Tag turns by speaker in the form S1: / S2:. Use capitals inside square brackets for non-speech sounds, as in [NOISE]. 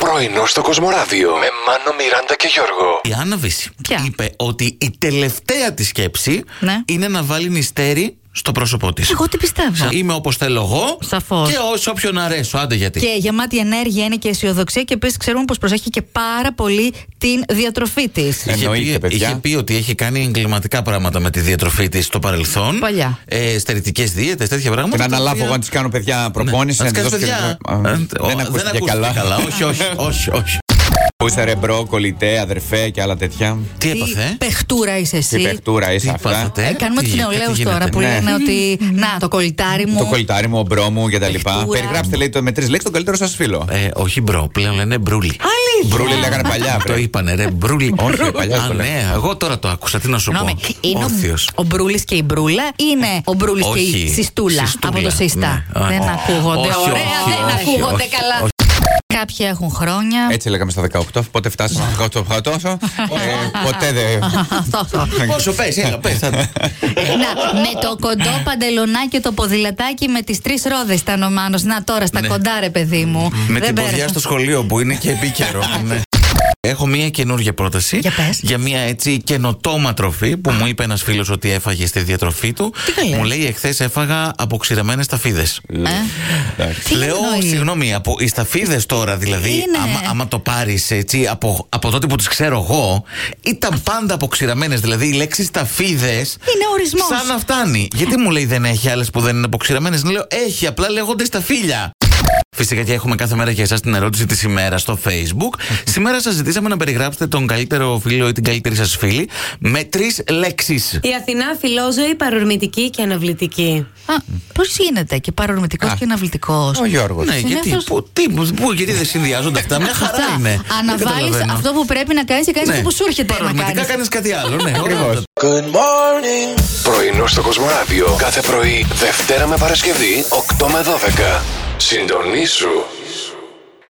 S1: Πρωινό στο Κοσμοράδιο με Μάνο, Μιράντα και Γιώργο.
S2: Η Άννα Βύση
S3: Ποια?
S2: είπε ότι η τελευταία της σκέψη
S3: Ναι.
S2: είναι να βάλει νηστέρι στο πρόσωπό της.
S3: Εγώ τι πιστεύω.
S2: Είμαι όπως θέλω εγώ.
S3: Σαφώς.
S2: Και όσο όποιον αρέσω. Άντε γιατί.
S3: Και γεμάτη ενέργεια είναι και αισιοδοξία και επίσης ξέρουμε πως προσέχει και πάρα πολύ την διατροφή της.
S2: Είχε
S4: Εννοείται,
S2: πει,
S4: παιδιά.
S2: είχε πει ότι έχει κάνει εγκληματικά πράγματα με τη διατροφή της στο παρελθόν.
S3: Παλιά.
S2: Ε, Στερητικές δίαιτες, τέτοια πράγματα.
S4: Να
S2: τα
S4: αναλάβω
S2: οποία- Ναι,
S4: εγώ να της κάνω παιδιά προπόνηση.
S2: Να τις
S4: τη
S2: κάνεις
S4: δώσω και-
S2: παιδιά. Ε,
S4: Α,
S2: ο-
S4: Δεν ακούστηκε καλά.
S2: όχι, όχι, όχι, όχι.
S4: Ακούσα ρεμπρό, κολλητέ, αδερφέ και άλλα τέτοια.
S2: Τι
S3: Τι
S2: έπαθε. ε?
S3: πεχτούρα είσαι
S4: Τι
S3: εσύ.
S4: παιχτούρα είσαι
S2: Τι
S4: αυτά.
S2: πάθατε.
S3: Ε, κάνουμε
S2: Τι-
S3: τους νεολαίου
S2: κάτι
S3: τώρα
S2: γίνεται.
S3: που
S4: Ναι.
S3: λένε ότι. Να, το κολλητάρι μου.
S4: Ε, Το κολλητάρι μου, ο μπρο μου και τα λοιπά.
S3: Παιχτούρα.
S4: Περιγράψτε λέει το με τρεις λέξεις τον καλύτερο σας φίλο.
S2: Ε, όχι μπρο, πλέον λένε μπρούλι.
S4: Μπρούλι λέγανε παλιά.
S2: Το
S4: βρε.
S2: είπανε ρε, μπρούλι.
S4: Όχι, ρε, παλιά
S2: Α,
S4: το λέγανε.
S2: ναι, εγώ τώρα το άκουσα. Τι να σου πω.
S3: Συγγνώμη, είναι ο,
S2: Όρθιος.
S3: ο Μπρούλης και η Μπρούλα είναι ο Μπρούλης και η
S2: Όχι.
S3: Συστούλα,
S2: Συστούλα,
S3: από το Συστά.
S2: ναι.
S3: Δεν
S2: Όχι,
S3: ακούγονται
S2: όχι,
S3: ωραία,
S2: όχι,
S3: δεν
S2: όχι,
S3: ακούγονται
S2: όχι,
S3: καλά.
S2: όχι.
S3: Κάποιοι έχουν χρόνια.
S4: Έτσι λέγαμε στα 18. Πότε φτάσαμε στα 18 θα τόσο.
S2: [LAUGHS]
S4: Ε, Ποτέ δεν.
S3: [LAUGHS] Αυτό, αυτό.
S2: Πόσο πες, έλα, πες. [LAUGHS] θα-
S3: Να, με το κοντό παντελονάκι, το ποδηλατάκι με τις τρεις ρόδες ήταν ο Μάνος. Να τώρα στα
S2: Ναι.
S3: κοντά, ρε παιδί μου.
S2: Με
S3: Δεν
S2: την ποδιά
S3: πέρασε.
S2: στο σχολείο που είναι και επίκαιρο.
S3: [LAUGHS]
S2: Ναι. Έχω μία καινούργια πρόταση
S3: Για πες.
S2: μία έτσι καινοτόμα τροφή που μου είπε ένας φίλος ότι έφαγε στη διατροφή του.
S3: Τι καλέ.
S2: Μου λέει: Εχθές έφαγα αποξηραμένες ταφίδε.
S3: Ε, τι
S2: Λέω,
S3: εννοείς?
S2: συγγνώμη, από οι σταφίδες τώρα δηλαδή,
S3: Είναι.
S2: άμα, άμα το πάρεις έτσι από, από τότε που τις ξέρω εγώ, ήταν πάντα αποξηραμένες. Δηλαδή η λέξη σταφίδες.
S3: Είναι ορισμός.
S2: Σαν να φτάνει. Γιατί μου λέει δεν έχει άλλες που δεν είναι αποξηραμένες. Λέω, έχει, απλά λέγονται σταφύλια. Φυσικά και έχουμε κάθε μέρα για εσάς την ερώτηση της ημέρας στο Facebook.
S3: [LAUGHS]
S2: Σήμερα σας ζητήσαμε να περιγράψετε τον καλύτερο φίλο ή την καλύτερη σας φίλη με τρεις λέξεις.
S5: Η Αθηνά φιλόζωη, παρορμητική και αναβλητική.
S3: Α, Πώς γίνεται και παρορμητικός και αναβλητικός.
S4: Ο Γιώργος.
S2: Ναι, γιατί,
S3: συνήθως-
S2: που, τι, που, που- γιατί δεν συνδυάζονται αυτά, μια χαρά είναι. Δεν
S3: Αναβάλεις
S2: καταλαβαίνω.
S3: αυτό που πρέπει να κάνεις και κάνεις
S2: Ναι.
S3: αυτό που σου έρχεται να
S2: Παρορμητικά
S3: κάνεις.
S2: κάνει κάτι άλλο,
S3: [LAUGHS]
S2: ναι.
S4: Ακριβώς.
S2: Ωραία.
S1: Πρωινό στο Κοσμοράδιο κάθε πρωί, Δευτέρα με Παρασκευή, 8 με 12. Συντονίσου